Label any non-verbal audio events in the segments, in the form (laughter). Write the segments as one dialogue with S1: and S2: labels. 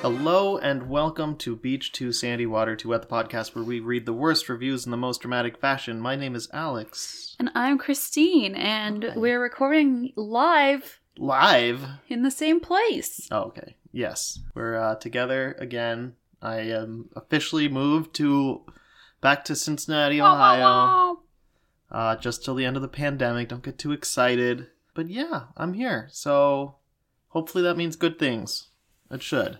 S1: Hello and welcome to Beach to Sandy Water to Wet, the podcast where we read the worst reviews in the most dramatic fashion. My name is Alex.
S2: And I'm Christine, and we're recording live
S1: Live.
S2: in the same place.
S1: Oh, okay. Yes, we're uh, together again. I am officially moved to back to Cincinnati, Ohio, uh, just till the end of the pandemic. Don't get too excited, but yeah, I'm here. So hopefully that means good things. It should.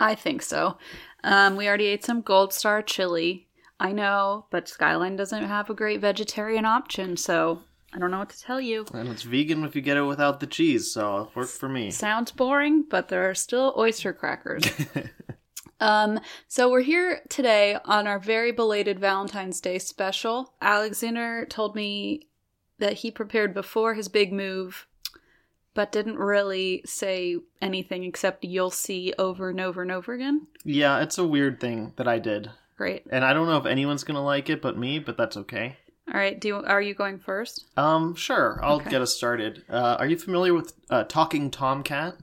S2: I think so. Um, we already ate some Gold Star chili. I know, but Skyline doesn't have a great vegetarian option, so I don't know what to tell you.
S1: And it's vegan if you get it without the cheese, so it worked for me.
S2: Sounds boring, but there are still oyster crackers.
S1: (laughs)
S2: um, so we're here today on our very belated Valentine's Day special. Alexander told me that he prepared before his big move, but didn't really say anything except you'll see over and over and over again.
S1: Yeah, it's a weird thing that I did.
S2: Great.
S1: And I don't know if anyone's gonna like it but me, but that's okay.
S2: All right, do you, are you going first?
S1: Um, sure, I'll
S2: Okay.
S1: get us started. Uh, are you familiar with uh, Talking Tomcat?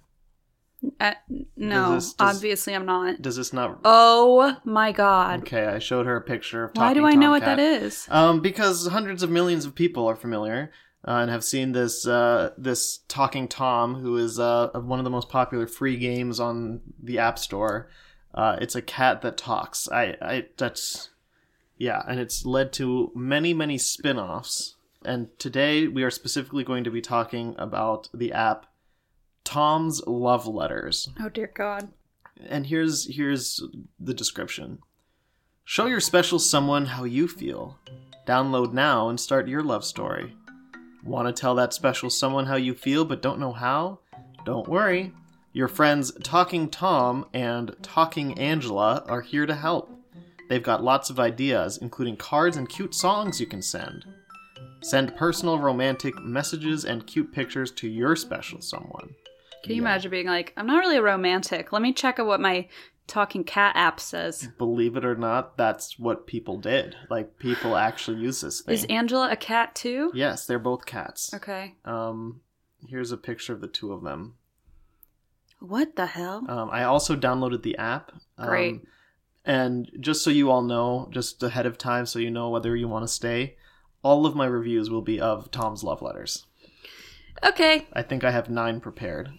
S2: Uh, no,
S1: Does this- does-
S2: obviously I'm not.
S1: Does this not?
S2: Oh my god.
S1: Okay, I showed her a picture of
S2: Why
S1: Talking
S2: do I know what
S1: Tomcat.
S2: that is?
S1: Um, because hundreds of millions of people are familiar uh, and have seen this uh, this Talking Tom, who is uh, one of the most popular free games on the App Store. Uh, it's a cat that talks. I, I that's yeah, and it's led to many many spin-offs. And today we are specifically going to be talking about the app Tom's Love Letters.
S2: Oh dear god.
S1: And here's here's the description. Show your special someone how you feel. Download now and start your love story. Want to tell that special someone how you feel but don't know how? Don't worry. Your friends Talking Tom and Talking Angela are here to help. They've got lots of ideas, including cards and cute songs you can send. Send personal romantic messages and cute pictures to your special someone.
S2: Can you
S1: Yeah.
S2: imagine being like, I'm not really romantic. Let me check out what my talking cat app says.
S1: believe it or not, that's what people did. Like people actually use this thing.
S2: Is Angela a cat too?
S1: yes, they're both cats.
S2: Okay.
S1: Um, here's a picture of the two of them.
S2: What the hell?
S1: Um, I also downloaded the app. Um,
S2: Great.
S1: And just so you all know, just ahead of time, so you know whether you want to stay, all of my reviews will be of Tom's love letters. Uh,
S2: okay.
S1: I think I have nine prepared.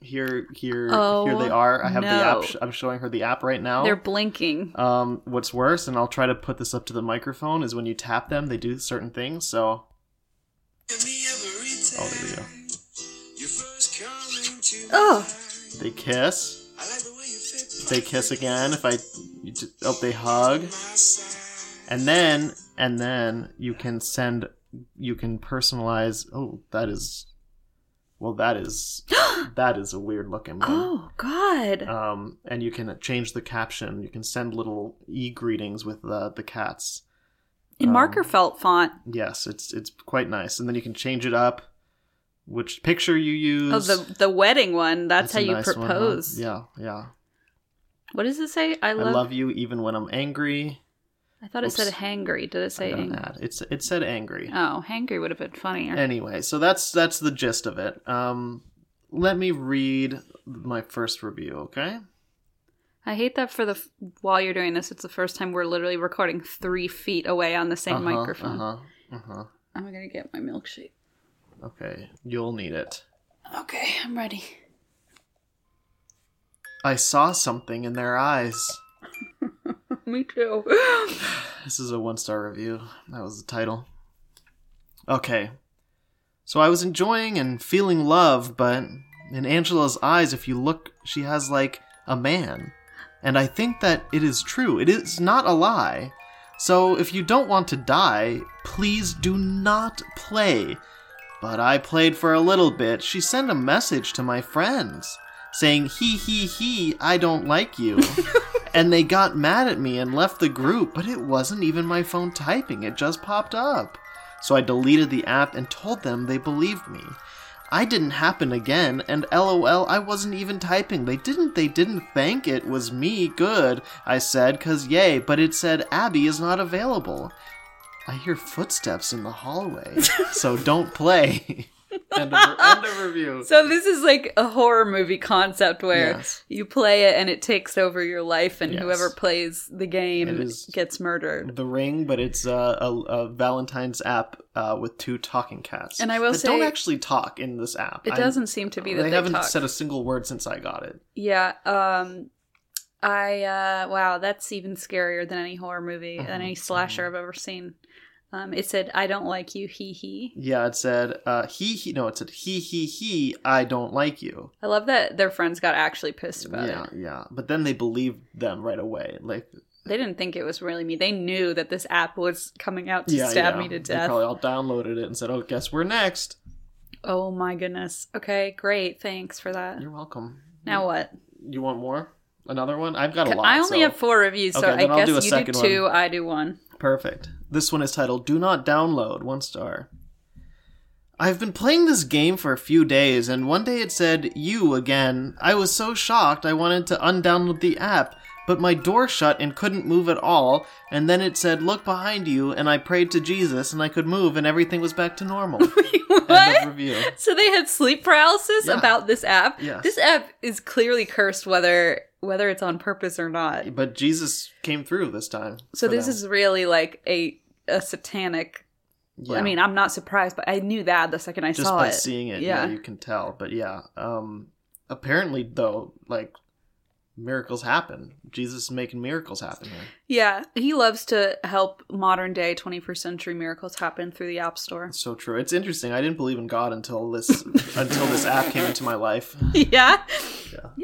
S1: Here, here,
S2: Oh,
S1: here they are. I have the
S2: no.
S1: app. sh- I'm showing her the app right now.
S2: They're blinking.
S1: Um, what's worse, and I'll try to put this up to the microphone, is when you tap them, they do certain things. So, oh, there we go.
S2: Oh.
S1: They kiss. They kiss again. If I, you ju- oh, they hug. And then, and then you can send, you can personalize. Oh, that is, well, that is, that is a weird looking one.
S2: Oh God.
S1: um, and you can change the caption. You can send little e greetings with the the cats.
S2: In
S1: um,
S2: marker felt font.
S1: Yes, it's it's quite nice, and then you can change it up, which picture you use.
S2: Oh, the the wedding one. That's,
S1: a
S2: how you
S1: nice one, huh?
S2: propose.
S1: Yeah, yeah.
S2: What does it say? I love.
S1: I
S2: I,
S1: love you even when I'm angry.
S2: thought it said
S1: Oops.
S2: hangry. Did it
S1: I
S2: say
S1: got an
S2: angry?
S1: ad. It's it said angry.
S2: Oh, hangry would have been funnier.
S1: Anyway, so that's that's the gist of it. Um, let me read my first review, okay?
S2: I hate that for the f- while you're doing this, it's the first time we're literally recording three feet away on the same
S1: Uh-huh,
S2: microphone.
S1: Uh-huh, uh-huh.
S2: I'm gonna get my milkshake.
S1: Okay, you'll need it.
S2: Okay, I'm ready.
S1: I saw something in their eyes.
S2: (laughs) Me too. (gasps)
S1: This is a one star review. That was the title. Okay. So I was enjoying and feeling love, but in Angela's eyes, if you look, she has like a man. And I think that it is true. It is not a lie. So if you don't want to die, please do not play. But I played for a little bit. She sent a message to my friends saying, he, he, he, I don't like (laughs) you. and they got mad at me and left the group, but it wasn't even my phone typing, it just popped up. So I deleted the app and told them they believed me. I didn't happen again, and lol, I wasn't even typing. They didn't, they didn't think it was me. Good, I said, cause yay, but it said Abby is not available. I hear footsteps in the (laughs) hallway, so don't play. (laughs) end, of, end of review.
S2: So this is like a horror movie concept where
S1: Yes.
S2: you play it and it takes over your life, and
S1: Yes.
S2: whoever plays the
S1: It
S2: game
S1: is-
S2: gets murdered.
S1: the ring, but it's uh, a, a Valentine's app uh, with two talking cats.
S2: And I will
S1: that don't
S2: say-
S1: actually talk in this app.
S2: It
S1: I-
S2: doesn't seem to be that
S1: they,
S2: they,
S1: haven't
S2: talk.
S1: said a single word since I got it.
S2: yeah. Um. I uh wow, that's even scarier than any horror movie than any
S1: Mhm,
S2: slasher I've ever seen. Um, it said, "I don't like you, he he."
S1: Yeah, it said uh, he he. No, it said he he he. I don't like you.
S2: I love that their friends got actually pissed about
S1: yeah,
S2: it.
S1: yeah. But then they believed them right away. Like
S2: They didn't think it was really me. They knew that this app was coming out to
S1: yeah,
S2: stab
S1: yeah.
S2: me to
S1: They
S2: death.
S1: probably all downloaded it and said, "Oh, guess we're next."
S2: Oh my goodness. Okay, great. Thanks for that.
S1: You're welcome.
S2: Now what?
S1: you want more? Another one? I've got a lot.
S2: I only
S1: so-
S2: have four reviews, so
S1: Okay,
S2: I
S1: then I'll
S2: guess
S1: do a
S2: you do
S1: second
S2: two, I do one. (laughs)
S1: Perfect. This one is titled Do Not Download, one star. I've been playing this game for a few days, and one day it said, You again. I was so shocked I wanted to undownload the app, but my door shut and couldn't move at all, and then it said, Look behind you, and I prayed to Jesus, and I could move, and everything was back to
S2: (laughs)
S1: normal. End of
S2: what? (laughs)
S1: review.
S2: So they had sleep paralysis
S1: Yeah.
S2: about this app.
S1: Yes.
S2: This app is clearly cursed whether whether it's on purpose or not.
S1: But Jesus came through this time.
S2: So
S1: for
S2: this
S1: them.
S2: is really like a a satanic
S1: Yeah.
S2: I mean, I'm not surprised, but I knew that the second I
S1: just
S2: saw
S1: by
S2: it.
S1: seeing it yeah.
S2: Yeah.
S1: you can tell but yeah um apparently though like miracles happen jesus is making miracles happen here
S2: yeah. He loves to help modern day twenty first century miracles happen through the app store.
S1: it's so true it's interesting i didn't believe in god until this (laughs) until this app came into my life
S2: (laughs) yeah.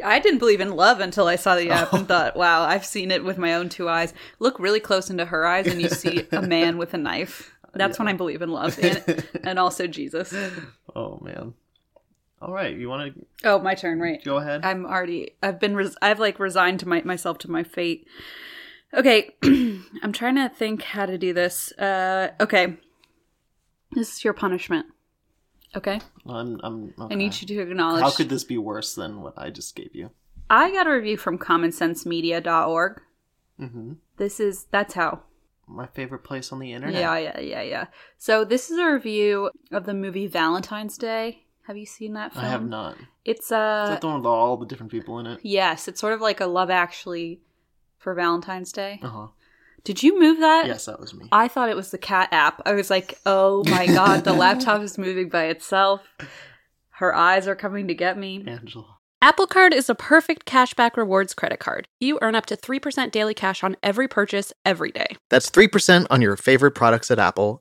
S2: I didn't believe in love until I saw the app
S1: Oh. (laughs)
S2: and thought, wow, I've seen it with my own two eyes. Look really close into her eyes and you see
S1: (laughs)
S2: a man with a knife. That's when I believe in love and, and also Jesus.
S1: oh man all right you want to
S2: Oh, my turn, right?
S1: go ahead
S2: I'm already, I've been, res- I've like resigned to my, myself to my fate. Okay. (clears throat) I'm trying to think how to do this. Uh, okay. This is your punishment. Okay.
S1: i'm, I'm okay.
S2: I need you to acknowledge.
S1: how could this be worse than what i just gave you
S2: I got a review from commonsensemedia.org.
S1: hmm
S2: This is, that's how.
S1: my favorite place on the internet
S2: Yeah, yeah, yeah, yeah. So this is a review of the movie Valentine's Day. Have you seen that film?
S1: i have not
S2: It's
S1: is
S2: uh,
S1: that the one with all the different people in it
S2: yes, it's sort of like a Love Actually for Valentine's Day.
S1: uh-huh
S2: Did you move that?
S1: yes that was me
S2: I thought it was the cat app. I was like, oh my
S1: (laughs)
S2: god, the laptop is moving by itself. Her eyes are coming to get me.
S1: angela
S3: Apple Card is a perfect cashback rewards credit card. You earn up to 3% daily cash on every purchase every day.
S4: That's 3% on your favorite products at Apple,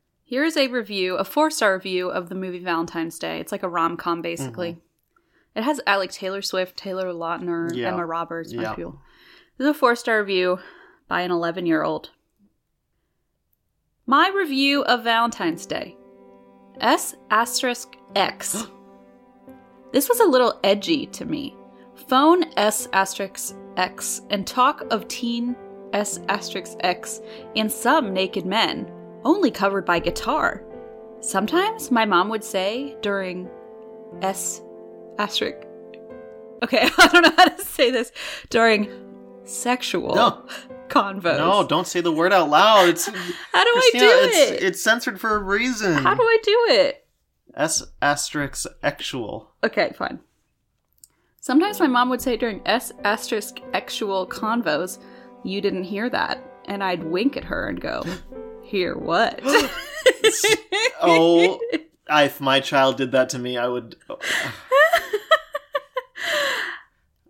S2: Here is a review, a four star review of the movie Valentine's Day. It's like a rom com, basically. It has I like Taylor Swift, Taylor Lautner,
S1: Mm-hmm. Yeah.
S2: Emma Roberts, my
S1: Yeah.
S2: people. This is a four star review by an 11 year old. My review of Valentine's Day S asterisk
S1: (gasps)
S2: X. this was a little edgy to me. Phone S asterisk X and talk of teen S asterisk X and some naked men, only covered by guitar. Sometimes my mom would say during S asterisk. (laughs) Okay, I don't know how to say this. During sexual
S1: No.
S2: convos.
S1: No, don't say the word out loud.
S3: (laughs)
S1: It's
S2: How do
S1: Christina,
S2: I do
S1: it's,
S2: it?
S1: It's censored for a reason.
S2: How do I do it?
S1: S asterisk actual.
S2: Okay, fine. Sometimes my mom would say during S asterisk actual convos, you didn't hear that. And I'd wink at her and go, hear what?
S1: (laughs) Oh, I, if my child did that to me, I would.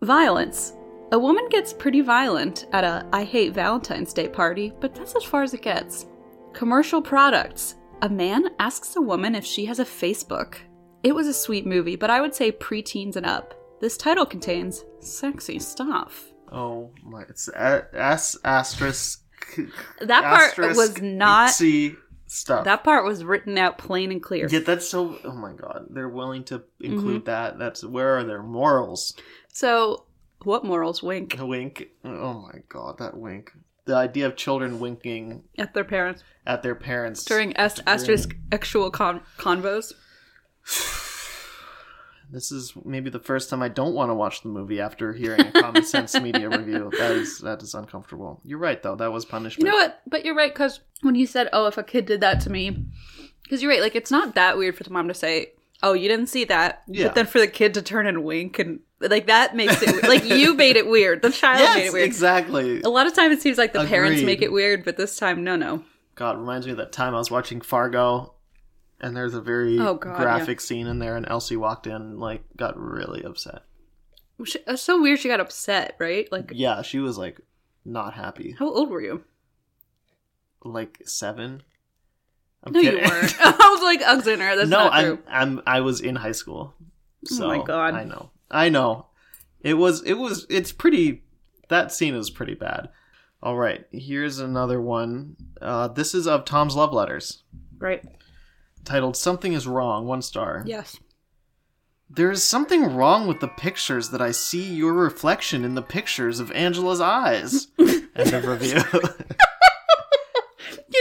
S2: Violence. A woman gets pretty violent at a I hate Valentine's Day party, but that's as far as it gets. Commercial products. A man asks a woman if she has a Facebook. It was a sweet movie, but I would say preteens and up. This title contains sexy stuff.
S1: Oh my! It's a- S asterisk.
S2: That part
S1: asterisk
S2: was not-
S1: C stuff.
S2: That part was written out plain and clear.
S1: Yeah, that's so. Oh my god, they're willing to include
S2: Mm-hmm.
S1: that. That's where are their morals?
S2: So, what morals wink
S1: A wink. Oh my god, that wink. The idea of children winking
S2: at their parents
S1: at their parents
S2: during S asterisk actual con- convos?
S1: This is maybe the first time I don't want to watch the movie after hearing a common sense
S2: (laughs)
S1: media review. That is that is uncomfortable. You're right though. That was
S2: You
S1: punishment.
S2: know what? But you're right, because when you said, oh, if a kid did that to me, because you're right, like, it's not that weird for the mom to say, oh, you didn't see that.
S1: Yeah.
S2: But then for the kid to turn and wink and, like, that makes it, weird. (laughs) like, you made it weird. The child made
S1: Yes,
S2: it weird.
S1: exactly.
S2: A lot of time it seems like the parents
S1: Agreed.
S2: make it weird, but this time, no, no.
S1: God reminds me of that time I was watching Fargo, and there's a very
S2: Oh, God,
S1: graphic scene in there, and Elsie walked in and, like got really upset.
S2: She, it's so weird she got upset, right? Like,
S1: Yeah, she was like not happy.
S2: how old were you?
S1: Like seven. I'm
S2: No,
S1: (laughs)
S2: you weren't. (laughs) I was like, Alexander, that's
S1: no,
S2: not
S1: I'm,
S2: true. Oh
S1: I'm I was in high school. So
S2: my God.
S1: I know. I know. It was it was it's pretty that scene is pretty bad. All right, here's another one. Uh, this is of Tom's love letters,
S2: Right.
S1: titled "Something Is Wrong." One star.
S2: Yes.
S1: There is something wrong with the pictures that I see your reflection in the pictures of Angela's
S2: (laughs)
S1: eyes. End of review. (laughs)
S2: Can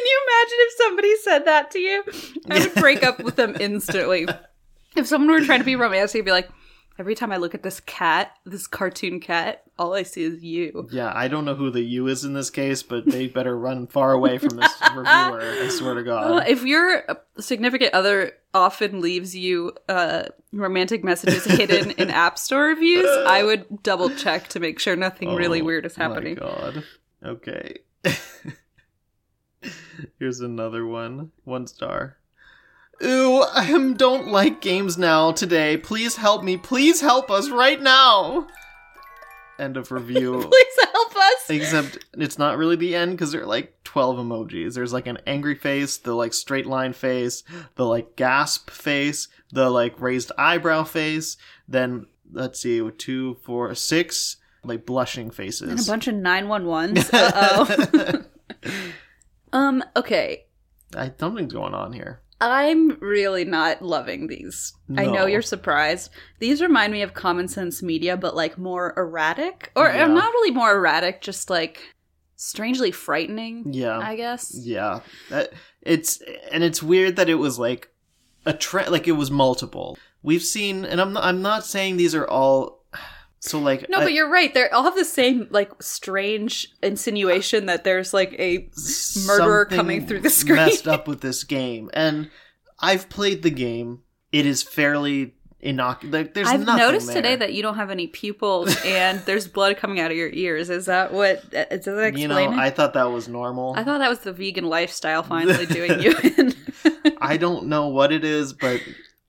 S2: you imagine if somebody said that to you? I would break up with them instantly. If someone were trying to be romantic, you'd be like, every time I look at this cat, this cartoon cat, all I see is you.
S1: yeah, I don't know who the you is in this case, but they better run far away from
S2: (laughs)
S1: this reviewer. I swear to God.
S2: Well, if your uh, significant other often leaves you uh, romantic messages (laughs) hidden in app store reviews, I would double check to make sure nothing really
S1: Oh,
S2: weird is happening.
S1: My God. Okay. (laughs) Here's another one. One star. Ooh, I am- don't like games now today. Please help me. Please help us right now. End of review.
S2: (laughs) (laughs) Please help us.
S1: Except it's not really the end because there are like 12 emojis. There's like an angry face, the like straight line face, the like gasp face, the like raised eyebrow face. Then let's see, two, four, six like blushing
S2: And a
S1: faces.
S2: bunch of 911s. Uh (laughs) oh. um, okay.
S1: I, something's going on here.
S2: I'm really not loving these. I know
S1: No.
S2: you're surprised. These remind me of common sense media, but like more erratic. Or
S1: Yeah.
S2: or not really more erratic, just like strangely frightening,
S1: Yeah.
S2: I guess.
S1: yeah. That, it's and it's weird that it was like a trend like it was multiple. We've seen and I'm not, I'm not saying these are all so like
S2: No,
S1: I-
S2: but you're right. They all have the same like strange insinuation that there's like a murderer
S1: something
S2: coming through the screen.
S1: messed up with this game and i've played the game it is fairly innocuous like, there's
S2: I've
S1: nothing
S2: noticed
S1: there.
S2: today that you don't have any (laughs) pupils and there's blood coming out of your ears. Is that what does that explain?
S1: you know
S2: it?
S1: i thought that was normal
S2: I thought that was the vegan lifestyle finally (laughs) doing you in.
S1: I don't know what it is but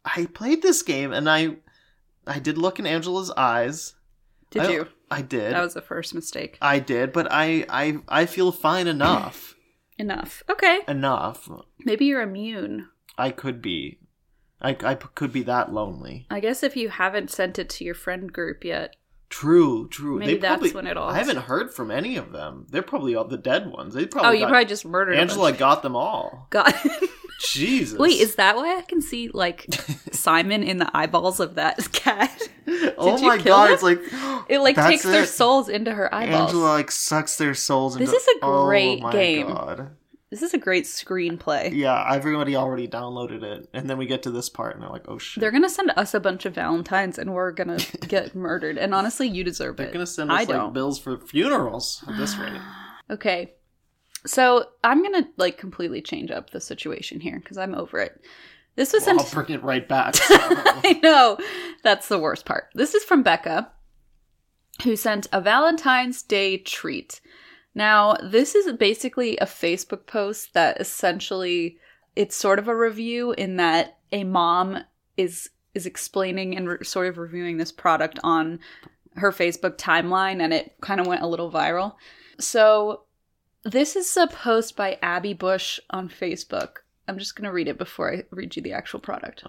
S1: i played this game and i i did look in angela's eyes
S2: Did
S1: I-
S2: you?
S1: i did
S2: That was the first mistake.
S1: i did but i i i feel fine enough
S2: Enough. Okay.
S1: enough
S2: Maybe you're immune. I
S1: i could be I, I p- could be that lonely.
S2: guess if you haven't sent it to your friend group yet.
S1: True, true.
S2: Maybe
S1: they
S2: that's
S1: probably,
S2: when it all-
S1: I haven't heard from any of them. They're probably all the dead ones. They probably
S2: oh, you
S1: got
S2: probably just murdered a
S1: Angela
S2: bunch.
S1: got them all.
S2: God. (laughs)
S1: Jesus.
S2: Wait, is that why I can see
S1: (laughs)
S2: like Simon in the eyeballs of that (laughs) cat?
S1: oh
S2: did you
S1: my
S2: kill
S1: god,
S2: him?
S1: it's like (gasps)
S2: It like
S1: that's
S2: takes their
S1: it.
S2: souls into her (gasps) eyeballs.
S1: Angela like sucks their souls
S2: This
S1: into
S2: is a great
S1: oh my
S2: game.
S1: God.
S2: This is a great screenplay.
S1: Yeah, everybody already downloaded it. And then we get to this part and they're like, oh shit.
S2: They're gonna send us a bunch of Valentines and
S1: (laughs)
S2: we're gonna get murdered. And honestly, you deserve
S1: They're
S2: it.
S1: gonna send
S2: I
S1: us like
S2: don't. (gasps)
S1: bills for funerals at this rate.
S2: Okay. So I'm gonna like completely change up the situation here because I'm over it. This was
S1: Well,
S2: sent.
S1: I'll bring it right
S2: (laughs)
S1: back.
S2: I know that's the worst part. This is from Becca, who sent a Valentine's Day treat. Now, this is basically a Facebook post that essentially it's sort of a review in that a mom is is explaining and re- sort of reviewing this product on her Facebook timeline and it kind of went a little viral. So, this is a post by Abby Bush on Facebook. I'm just going to read it before I read you the actual product.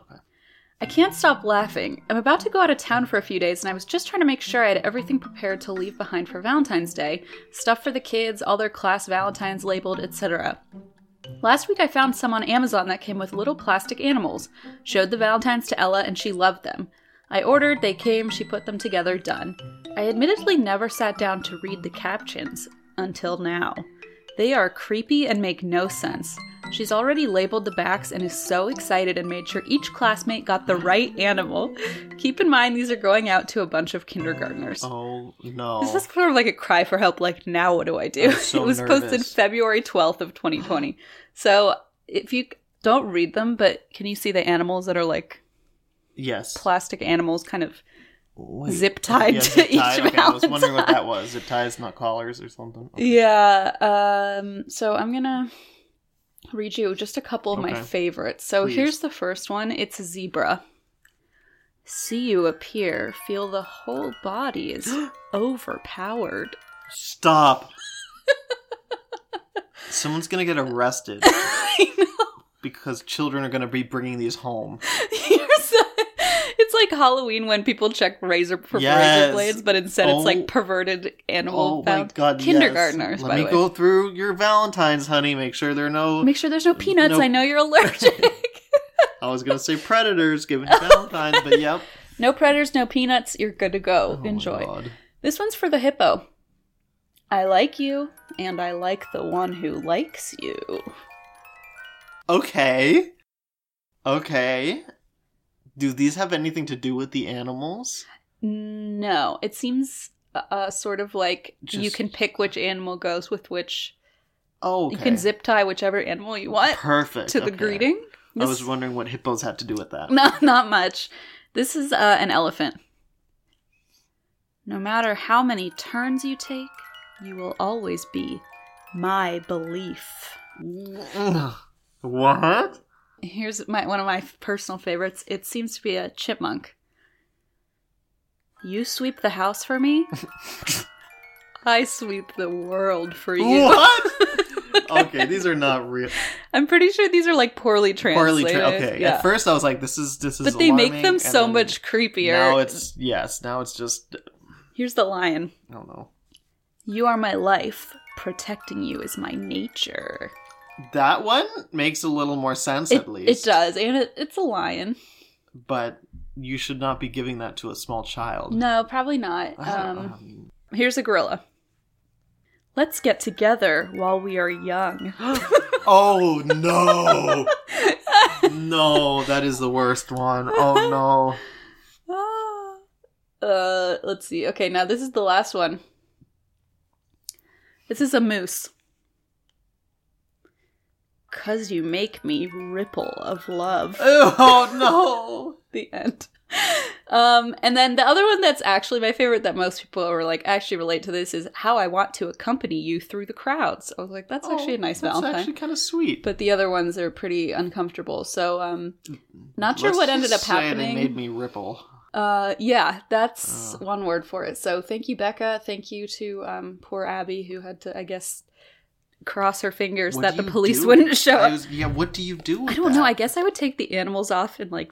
S2: I can't stop laughing. I'm about to go out of town for a few days, and I was just trying to make sure I had everything prepared to leave behind for Valentine's Day stuff for the kids, all their class Valentines labeled, etc. Last week, I found some on Amazon that came with little plastic animals. Showed the Valentines to Ella, and she loved them. I ordered, they came, she put them together, done. I admittedly never sat down to read the captions until now. They are creepy and make no sense. She's already labeled the backs and is so excited and made sure each classmate got the right animal. (laughs) Keep in mind, these are going out to a bunch of
S1: (laughs)
S2: kindergartners.
S1: oh no!
S2: This is sort of like a cry for help. Like now, what do I do?
S1: I'm so
S2: (laughs) it was posted
S1: nervous.
S2: February twelfth of twenty twenty. So if you don't read them, but can you see the animals that are like
S1: yes.
S2: plastic animals, kind of?
S1: Wait.
S2: zip tied
S1: Yeah,
S2: to
S1: zip
S2: each
S1: tie. Okay, I was wondering what
S2: Valentine. (laughs)
S1: that was. Zip ties, not collars, or something. Okay.
S2: Yeah. Um. So I'm gonna read you just a couple of my
S1: Okay.
S2: favorites. So
S1: Please.
S2: here's the first one. It's a zebra. See you appear. Feel the whole body
S1: (gasps)
S2: is overpowered.
S1: Stop. Someone's gonna get arrested
S2: (laughs) I know.
S1: because children are gonna be bringing these home.
S2: Here's the- it's like Halloween when people check razor for
S1: Yes.
S2: razor blades, but instead it's
S1: Oh.
S2: like perverted animal
S1: Oh my
S2: found-
S1: god! yes.
S2: kindergartners.
S1: Let
S2: by
S1: me
S2: the way,
S1: go through your Valentines, honey. Make sure there are no.
S2: make sure there's no peanuts.
S1: Nope.
S2: I know you're
S1: (laughs)
S2: allergic. (laughs)
S1: I was gonna say predators giving you Valentines, but
S2: (laughs)
S1: yep.
S2: no predators, no peanuts. You're good to go.
S1: Oh my
S2: Enjoy.
S1: God.
S2: This one's for the hippo. I like you, and I like the one who likes you.
S1: Okay. Okay. Do these have anything to do with the animals?
S2: No, it seems uh, sort of like you
S1: Just-
S2: can pick which animal goes with which.
S1: Oh,
S2: You
S1: okay.
S2: can zip tie whichever animal you want
S1: Perfect
S2: to the
S1: okay.
S2: greeting.
S1: I was
S2: This-
S1: wondering what hippos had to do with that.
S2: No, (laughs) not much. This is uh, an elephant. No matter how many turns you take, you will always be my belief.
S1: What?
S2: Here's my one of my personal favorites. It seems to be a chipmunk. You sweep the house
S1: (laughs)
S2: for me. I sweep the world for you. (laughs)
S1: What? (laughs) okay, these are not real.
S2: I'm pretty sure these are like poorly
S1: Poorly
S2: translated.
S1: tra- okay.
S2: Yeah.
S1: At first, I was like, "This is this is."
S2: but they make
S1: alarming,
S2: them
S1: and
S2: so
S1: then
S2: much creepier.
S1: Now it's yes. Now it's just
S2: Here's the lion.
S1: I don't know.
S2: You are my life. Protecting you is my nature.
S1: That one makes a little more sense
S2: It,
S1: at
S2: it
S1: least.
S2: does, and it, it's a lion.
S1: But you should not be giving that to a small child.
S2: No, probably not. Um, here's a gorilla. Let's get together while we are young.
S1: (laughs)
S2: (gasps) Ah.
S1: oh no! no, that is the worst one. Oh
S2: (laughs)
S1: no!
S2: uh, let's see. Okay, now this is the last one. This is a moose. Cause you make me ripple of love.
S1: Oh
S2: the end. Um, and then the other one that's actually my favorite that most people are like actually relate to this is how I want to accompany you through the crowds. I was like,
S1: no!
S2: that's actually a nice
S1: Oh, that's
S2: Valentine.
S1: actually kind of sweet.
S2: but the other ones are pretty uncomfortable. So um not sure
S1: Let's
S2: what
S1: just
S2: ended up
S1: say They
S2: happening.
S1: made me ripple.
S2: uh yeah, that's
S1: Oh.
S2: one word for it. So thank you, Becca. Thank you to um poor Abby who had to I guess cross her fingers
S1: What
S2: that
S1: do
S2: the
S1: you
S2: police
S1: do?
S2: wouldn't show
S1: I
S2: up.
S1: was- yeah, what do you do? With
S2: I don't know.
S1: that?
S2: I guess I would take the animals off and like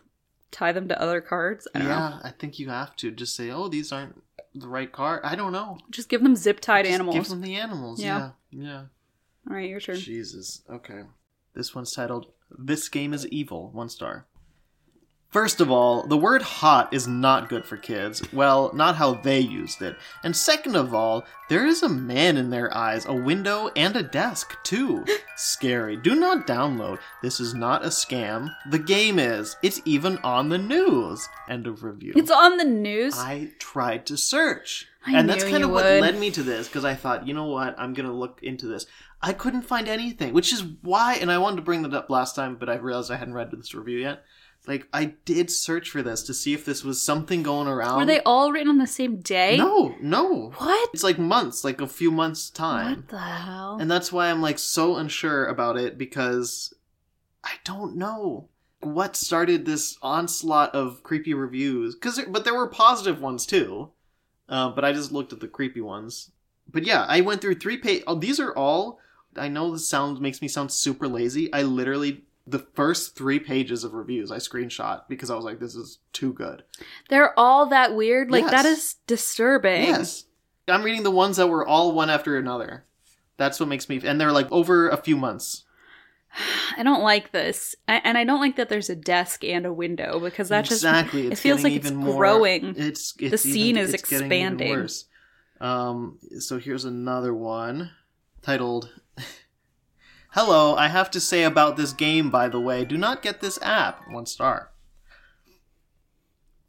S2: tie them to other cards. I don't know.
S1: yeah, I think you have to just say, "Oh, these aren't the right car." I don't know.
S2: Just give them zip tied
S1: Just
S2: animals.
S1: Give them the animals. Yeah.
S2: Yeah.
S1: Yeah.
S2: All right, your turn.
S1: Jesus. Okay. This one's titled "This Game Is Evil." One star. First of all, the word hot is not good for kids. Well, not how they used it. And second of all, there is a man in their eyes, a window, and a desk,
S2: (laughs)
S1: too. Scary. Do not download. This is not a scam. The game is. It's even on the news. End of review.
S2: It's on the news.
S1: I tried to search.
S2: I
S1: and that's
S2: knew
S1: kind of
S2: you
S1: what
S2: would.
S1: led me to this because I thought, you know what, I'm going to look into this. I couldn't find anything, which is why, and I wanted to bring that up last time, but I realized I hadn't read this review yet. Like, I did search for this to see if this was something going around.
S2: Were they all written on the same day?
S1: No, no.
S2: What?
S1: It's like months, like a few months' time.
S2: What the hell?
S1: And that's why I'm like so unsure about it because I don't know what started this onslaught of creepy reviews. Cause there- but there were positive ones too, uh, but I just looked at the creepy ones. But yeah, I went through three page. Oh, these are all. I know this sound makes me sound super lazy. I literally the first three pages of reviews I screenshot because I was like, this is too good.
S2: They're all that weird. Like that
S1: Yes.
S2: is disturbing.
S1: Yes. I'm reading the ones that were all one after another. That's what makes me, and they're like over a few months.
S2: I don't like this, I, and I don't like that there's a desk and a window because that
S1: exactly.
S2: just
S1: It's
S2: it feels like
S1: getting
S2: it's
S1: even more,
S2: growing.
S1: It's, it's
S2: scene
S1: even,
S2: is
S1: it's getting even
S2: expanding.
S1: worse. Um, so here's another one titled (laughs) "Hello, I have to say about this game. By the way, do not get this app. One star."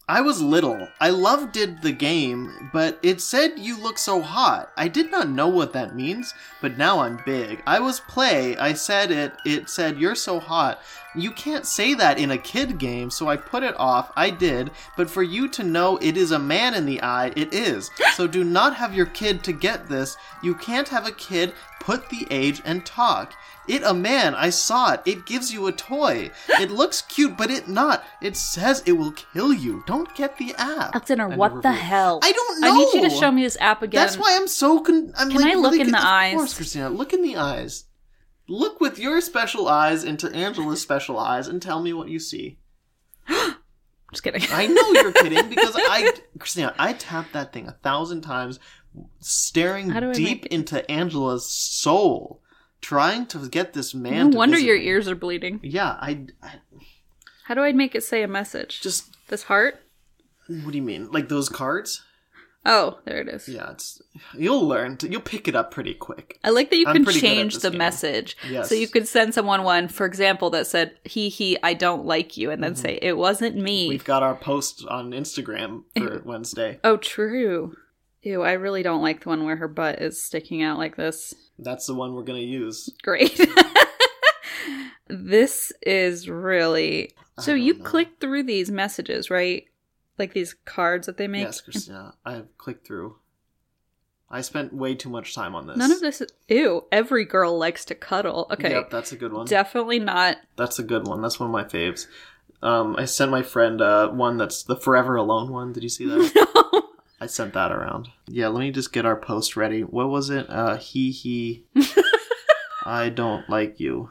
S1: I was little. I loved it, the game, but it said you look so hot. I did not know what that means, but now I'm big. I was play. I said it. It said you're so hot. You can't say that in a kid game, so I put it off. I did, but for you to know it is a man in the eye, it is. So do not have your kid to get this. You can't have a kid put the age and talk. It a man, I saw it. It gives you a toy. It looks cute, but it not. It says it will kill you. Don't get the app.
S2: That's in her.
S1: End of
S2: What the
S1: review.
S2: hell?
S1: I don't
S2: I need you to
S1: know.
S2: show me this app again.
S1: That's why I'm so con- I'm
S2: Can
S1: like
S2: I look
S1: really con-
S2: in the
S1: of
S2: eyes?
S1: course, Christina, look in the eyes. Look with your special eyes into Angela's special eyes and tell me what you see.
S2: Just kidding. (laughs)
S1: I know you're kidding because I, Christina, I tapped that thing a thousand times, staring
S2: How do I
S1: deep
S2: make it-
S1: into Angela's soul, trying to get this
S2: no
S1: man. to
S2: wonder
S1: visit
S2: your
S1: me.
S2: ears are bleeding.
S1: Yeah, I, I
S2: How do I make it say a message?
S1: just.
S2: this heart.
S1: What do you mean? Like those cards?
S2: Oh, there it is.
S1: Yeah, it's. You'll learn. To, you'll pick it up pretty quick.
S2: I like that you
S1: I'm
S2: can
S1: pretty good at
S2: change
S1: this
S2: the
S1: game.
S2: message.
S1: Yes.
S2: So you could send someone one, for example, that said, he, he, I don't like you, and then say, it wasn't me.
S1: Mm-hmm. We've got our post on
S2: (laughs)
S1: Instagram for Wednesday.
S2: oh, true. Ew, I really don't like the one where her butt is sticking out like this.
S1: That's the one we're gonna use.
S2: Great. (laughs) this is really.
S1: I
S2: So
S1: don't
S2: you
S1: know.
S2: click through these messages, right? Like these cards that they make?
S1: Yes, Christina. I clicked through. I spent way too much time on this.
S2: None of this is. Ew, every girl likes to cuddle. Okay.
S1: Yep, that's a good one.
S2: Definitely not.
S1: That's a good one. That's one of my faves. Um, I sent my friend uh, one that's the Forever Alone one. Did you see that? I sent that around. Yeah, let me just get our post ready. What was it? Uh, he he. I don't like you.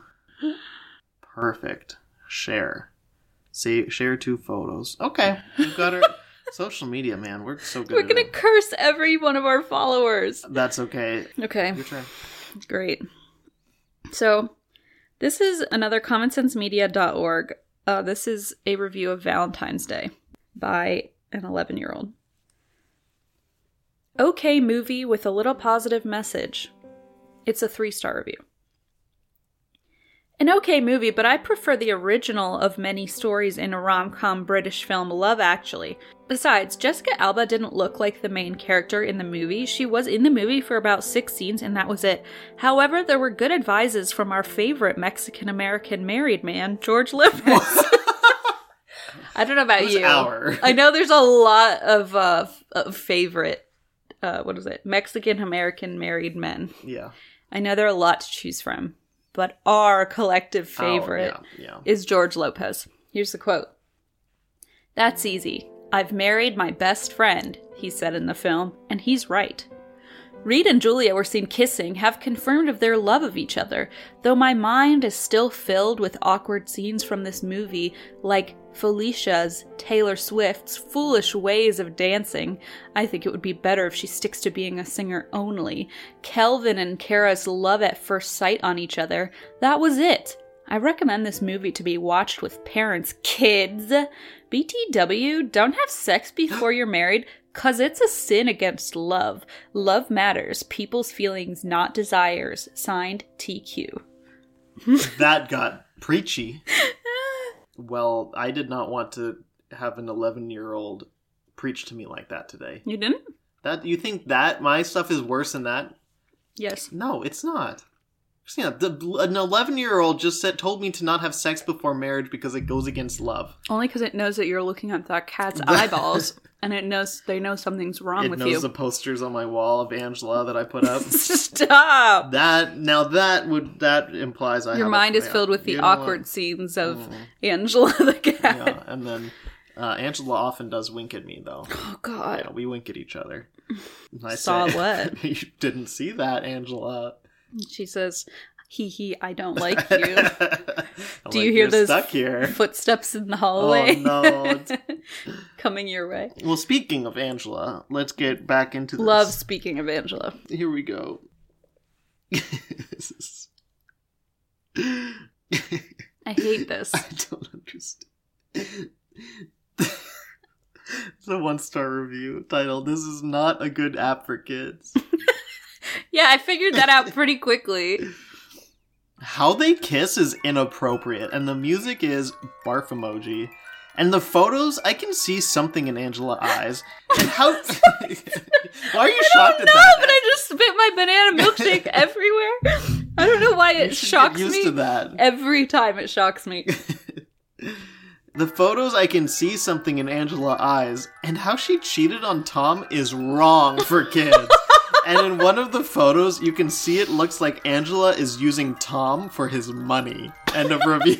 S1: Perfect. Share. Say share two photos. Okay, we've got our social media, man. We're so good.
S2: We're
S1: at
S2: going to
S1: it.
S2: curse every one of our followers.
S1: That's okay.
S2: Okay.
S1: Your turn.
S2: Great. So, this is another commonsensemedia.org. Uh, this is a review of Valentine's Day by an 11 year old. Okay, movie with a little positive message. It's a three star review. An okay movie, but I prefer the original of many stories in a rom com British film Love Actually. Besides, Jessica Alba didn't look like the main character in the movie. She was in the movie for about six scenes and that was it. However, there were good advices from our favorite Mexican American married man, George Lopez. I don't know about
S1: Who's
S2: you.
S1: our?
S2: I know there's a lot of uh f- of favorite uh what is it? Mexican American married men.
S1: Yeah.
S2: I know there are a lot to choose from, but our collective
S1: Ow,
S2: favorite
S1: Oh, yeah. Yeah.
S2: is George Lopez. Here's the quote That's easy. I've married my best friend, he said in the film, and he's right. Reed and Julia were seen kissing, have confirmed of their love of each other, though my mind is still filled with awkward scenes from this movie, like Felicia's, Taylor Swift's foolish ways of dancing. I think it would be better if she sticks to being a singer only. Kelvin and Kara's love at first sight on each other. That was it. I recommend this movie to be watched with parents, kids. BTW, don't
S5: (gasps)
S2: have sex before you're married, cause it's a sin against love. Love matters, people's feelings, not desires. Signed, TQ.
S1: that got preachy. well, I did not want to have an 11 year old preach to me like that today.
S2: You didn't?
S1: That you think that my stuff is worse than that?
S2: Yes.
S1: No, it's not. Christina, the, an 11 year old just said told me to not have sex before marriage because it goes against love.
S5: Only because it knows that you're looking at that
S1: (laughs)
S5: cat's eyeballs, and it knows they know something's wrong
S1: it
S5: with
S1: knows
S5: you.
S1: the (laughs) posters on my wall of Angela that I put
S5: (laughs)
S1: up. (laughs)
S5: Stop.
S1: that now that would that implies I
S5: Your
S1: have a
S5: mind is
S1: plan.
S5: filled with the
S1: You know what? Mm.
S5: awkward scenes of Angela (laughs) the cat.
S1: yeah, and then uh, Angela often does wink at me though.
S5: Oh God.
S1: Yeah, we wink at each
S2: (laughs)
S1: other. And
S2: Saw
S1: (laughs)
S2: what?
S1: you didn't see that, Angela.
S2: She says, hee hee,
S1: (laughs)
S2: I don't like you.
S1: I'm
S2: Do
S1: like,
S2: you hear
S1: "You're
S2: those
S1: Stuck here.
S2: Footsteps in the
S1: Oh
S2: hallway.
S5: (laughs)
S1: no! it's-
S2: Coming your way.
S1: Well, speaking of Angela, let's get back into this.
S2: Love speaking of Angela.
S1: Here we go. (laughs) This is- (laughs) (laughs) I
S2: I hate this.
S1: don't understand. (laughs) it's a one-star review titled "This is not a good app for kids."
S2: yeah, I figured that
S3: (laughs)
S2: out pretty quickly.
S1: How they kiss is inappropriate, and the music is barf emoji. And the photos, I can see something in Angela eyes. And
S2: (laughs)
S1: how? (laughs) Why are you
S2: I
S1: shocked
S2: don't
S1: at
S2: know,
S1: that?
S2: but I just spit my banana
S3: (laughs)
S2: milkshake everywhere. I don't know why
S1: You
S2: it
S1: should get
S2: shocks
S1: used
S2: me.
S1: to that.
S2: Every time it
S1: (laughs)
S2: shocks me. (laughs)
S1: The photos, I can see something in Angela eyes. And how she cheated on Tom is wrong for
S2: (laughs)
S1: kids. and in one of the photos, you can see it looks like Angela is using Tom for his money. End
S2: (laughs)
S1: of review. (laughs)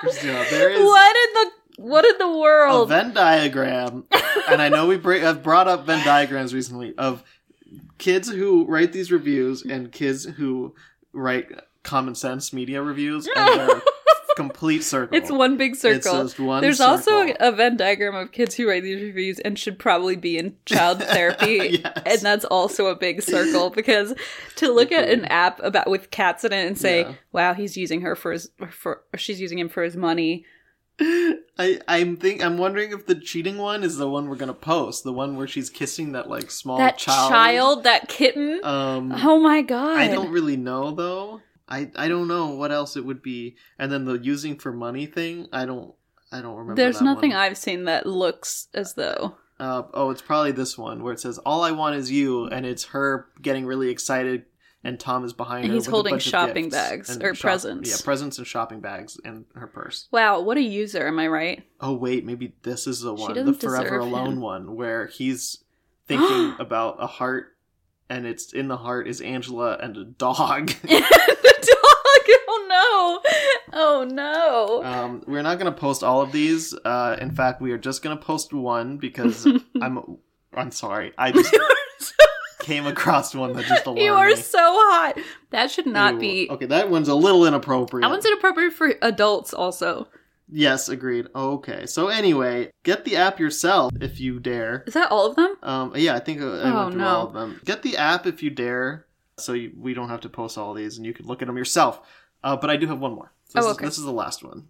S1: Christina, there is
S2: what in the what in the
S1: a
S2: world?
S1: Venn
S2: (laughs)
S1: diagram, and I know we br- have brought up Venn diagrams recently of kids who write these reviews and kids who write common sense media reviews,
S2: (laughs)
S1: and they're complete circle.
S2: it's one big circle.
S1: just one
S2: There's also
S1: circle.
S2: a Venn diagram of kids who write these reviews and should probably be in child
S1: (laughs)
S2: therapy.
S1: Yes.
S2: And that's also a big circle because to look at an app about with cats in it and say,
S1: Yeah.
S2: "Wow, he's using her for his for she's using him for his money."
S1: I, I'm think I'm wondering if the cheating one is the one we're gonna post, the one where she's kissing that like small
S2: that
S1: child.
S2: child, that kitten.
S1: Um,
S2: oh my god.
S1: I don't really know though. I I don't know what else it would be. And then the using for money thing. I don't. I don't remember.
S2: There's
S1: that
S2: nothing
S1: one.
S2: I've seen that looks as though.
S1: Uh, oh, it's probably this one where it says "All I want is you," and it's her getting really excited, and Tom is behind
S2: And
S1: her.
S2: he's
S1: with a
S2: holding
S1: bunch of
S2: shopping
S1: gifts
S2: bags
S1: and
S2: or presents.
S1: Yeah, presents and shopping bags and her purse.
S2: Wow, what a user, am I right?
S1: (laughs)
S2: (laughs)
S1: Oh wait, maybe this is the
S2: She
S1: one, the
S2: doesn't
S1: Forever
S2: deserve
S1: Alone
S2: him.
S1: one, where he's
S2: (gasps)
S1: thinking about a heart, and it's in the heart is Angela and a
S2: (laughs)
S1: dog.
S2: the dog. Oh no. Oh no.
S1: Um, we're not going to post all of these. Uh, in fact, we are just going to post one
S2: (laughs)
S1: because I'm I'm sorry. I just came across one that just alarmed
S2: (laughs) You are
S1: me.
S2: so hot. That should (laughs) not
S1: Ew.
S2: be.
S1: Okay, that one's a little inappropriate.
S2: That one's inappropriate for adults, also.
S1: yes, agreed. Okay, so anyway, get the app yourself if you dare.
S2: Is that all of them?
S1: Um, yeah, I think I went
S2: Oh,
S1: through
S2: no.
S1: all of them. Get the app if you dare, so you, we don't have to post all these, and you can look at them yourself. Uh, but I do have one more. This
S2: Oh,
S1: is-
S2: okay.
S1: this is the last one.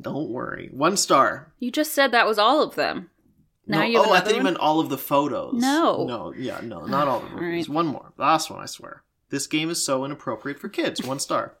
S1: Don't worry. One star.
S2: You just said that was all of them. Now
S1: no,
S2: you have
S1: oh, I
S2: another
S1: thought you
S2: one?
S1: meant all of the photos.
S2: No.
S1: No, yeah, no, not all of them.
S2: All right.
S1: There's one more. Last one, I swear. This game is so inappropriate for kids. One star.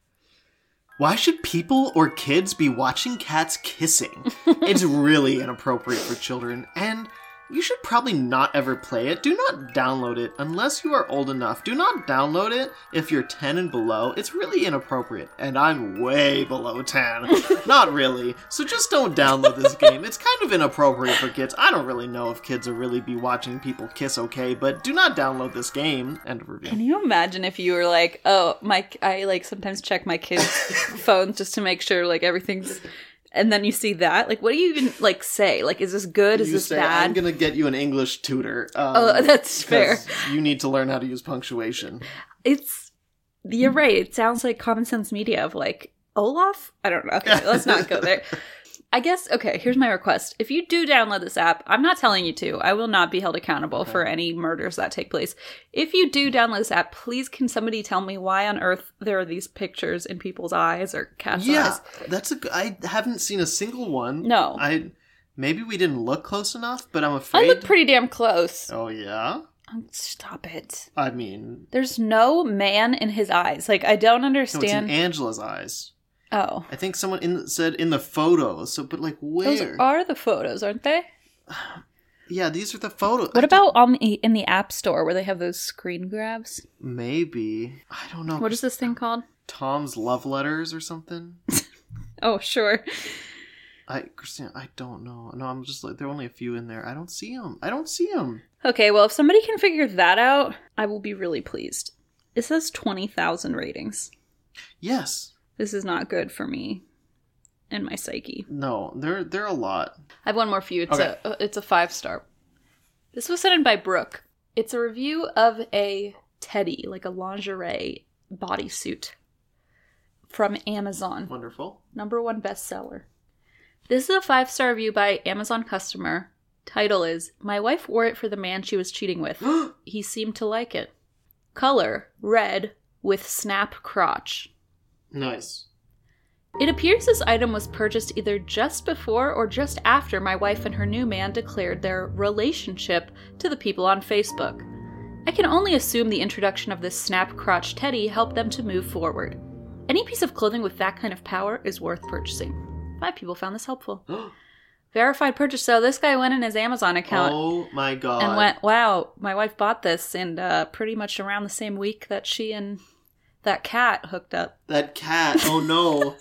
S1: Why should people or kids be watching cats
S2: (laughs)
S1: kissing? It's really inappropriate for children, and you should probably not ever play it. Do not download it unless you are old enough. Do not download it if you're 10 and below. It's really inappropriate, and I'm way below
S2: (laughs)
S1: 10. not really. So just don't download this game. It's kind of inappropriate for kids. I don't really know if kids will really be watching people kiss okay, but do not download this game. End of
S2: Can
S1: review.
S2: you imagine if you were like, oh, my, I like sometimes check
S1: (laughs)
S2: my kids' phones just to make sure like everything's, and then you see that? Like, what do you even like say? Like, is this good? Is
S1: You
S2: this
S1: say,
S2: bad?
S1: I'm gonna get you an English tutor. Um,
S2: oh, that's fair.
S1: (laughs) 'cause You need to learn how to use punctuation.
S2: It's,
S1: (laughs)
S2: you're right. It sounds like common sense media of like Olaf? I don't know. Okay, let's not go there. I guess, okay, here's my request. If you do download this app, I'm not telling you to. I will not be held accountable for any murders that take place. If you do download this app, please can somebody tell me why on earth there are these pictures in people's eyes or cat's
S1: yeah,
S2: eyes?
S1: that's a. g- I haven't seen a single one.
S2: No.
S1: I maybe we didn't look close enough, but I'm
S2: I
S1: afraid.
S2: look pretty damn close.
S1: Oh yeah.
S2: Oh, Stop it.
S1: I mean,
S2: There's no man in his eyes. Like, I don't
S1: no, it's in
S2: understand.
S1: Angela's eyes.
S2: oh.
S1: I think someone in, said in the photo. So, but like where?
S2: Those are the photos, aren't they?
S1: yeah, these are the photos.
S2: What about on the in the app store where they have those screen grabs?
S1: maybe? I don't know.
S2: What is this thing called?
S1: Tom's love letters or something?
S2: Oh, sure.
S1: I Christina, I don't know. No, I'm just like there are only a few in there. I don't see them. I don't see them.
S2: Okay, well, if somebody can figure that out, I will be really pleased. It says 20,000 ratings.
S1: Yes.
S2: This is not good for me and my psyche.
S1: No. They're they're a lot.
S2: I have one more for you. It's
S1: Okay.
S2: a uh, it's a five star. This was sent in by Brooke. It's a review of a teddy, like a lingerie bodysuit from Amazon.
S1: Wonderful.
S2: number one bestseller. This is a five star review by Amazon customer. Title is My Wife Wore It for the Man She Was Cheating With. he seemed to like it. Color red with snap crotch.
S1: Nice.
S2: It appears this item was purchased either just before or just after my wife and her new man declared their relationship to the people on Facebook. I can only assume the introduction of this snap crotch teddy helped them to move forward. Any piece of clothing with that kind of power is worth purchasing. Five people found
S1: (gasps)
S2: this helpful. Verified purchase, so this guy went in his Amazon account
S1: Oh my god.
S2: and went, "Wow, my wife bought this," and uh, pretty much around the same week that she and that cat hooked up.
S1: That cat. Oh
S2: (laughs)
S1: no.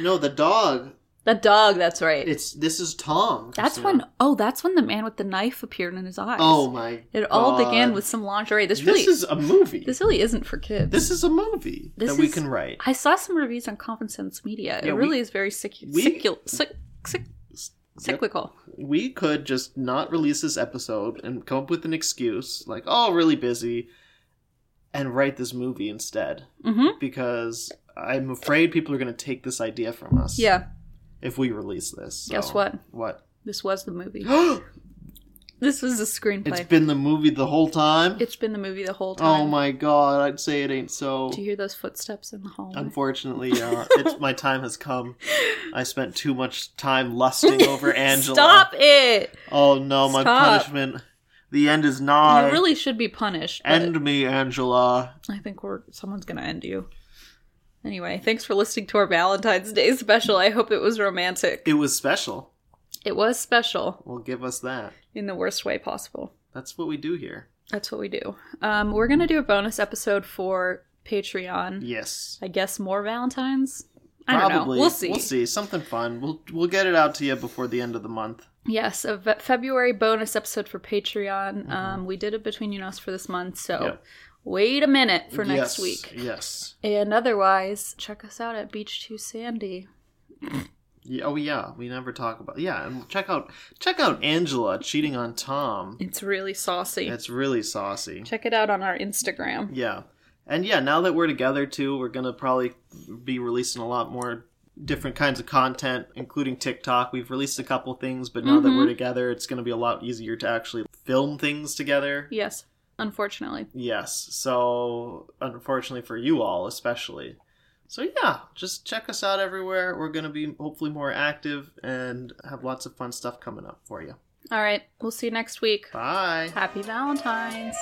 S1: no, the dog.
S2: The dog, that's right.
S1: It's this is Tom.
S2: that's
S1: Christina.
S2: when. Oh, that's when the man with the knife appeared in his eyes.
S1: Oh my.
S2: it all
S1: God.
S2: began with some lingerie. This
S1: This
S2: really,
S1: is a movie.
S2: this really isn't for kids.
S1: This is a movie
S2: This
S1: that we
S2: is-
S1: can write.
S2: I saw some reviews on Common Sense Media.
S1: Yeah,
S2: it
S1: we-
S2: really is very sick,
S1: we-
S2: cyclical. cyc- cyc- cyclical.
S1: we could just not release this episode and come up with an excuse like oh really busy and write this movie instead
S2: hmm
S1: because i'm afraid people are going to take this idea from us
S2: Yeah,
S1: if we release this So-
S2: Guess what?
S1: what (gasps)
S2: this was the movie.
S1: it's
S2: this was the screenplay.
S1: been the movie the whole time
S2: it's been the movie the whole time.
S1: oh my god i'd say it ain't so
S2: Do you hear those footsteps in the hallway? (laughs)
S1: unfortunately yeah it's my time has come i spent too much time
S2: (laughs)
S1: lusting over angela
S2: Stop it!
S1: oh no my
S2: Stop.
S1: punishment the end is nigh
S2: you really should be punished. but
S1: end me angela
S2: I think we're someone's gonna end you. Anyway, thanks for listening to our Valentine's Day special. I hope it was romantic.
S1: It was special.
S2: It was special
S1: Well, give us that.
S2: in the worst way possible.
S1: That's what we do here.
S2: That's what we do. Um, we're gonna do a bonus episode for Patreon.
S1: Yes.
S2: I guess more Valentines. I don't know. We'll see.
S1: We'll see. Something fun. We'll we'll get it out to you before the end of the month.
S2: Yes, a Fe- February bonus episode for Patreon. Um, we did a between you and us for this month, so
S1: Yep.
S2: wait a minute for next
S1: Yes,
S2: week.
S1: Yes.
S2: And otherwise, check us out at Beach 2 Sandy.
S1: Yeah, oh yeah. We never talk about. Yeah, and check out check out Angela cheating on
S2: (laughs)
S1: Tom.
S2: It's really saucy.
S1: It's really saucy.
S2: Check it out on our Instagram.
S1: Yeah. And yeah, now that we're together too, we're gonna probably be releasing a lot more different kinds of content, including TikTok. We've released a couple things, but now that we're together, it's gonna be a lot easier to actually film things together.
S2: Yes, unfortunately.
S1: Yes. So, unfortunately for you all, especially. So, yeah, just check us out everywhere. We're going to be hopefully more active and have lots of fun stuff coming up for you.
S2: All right, we'll see you next week.
S1: Bye.
S2: Happy Valentine's.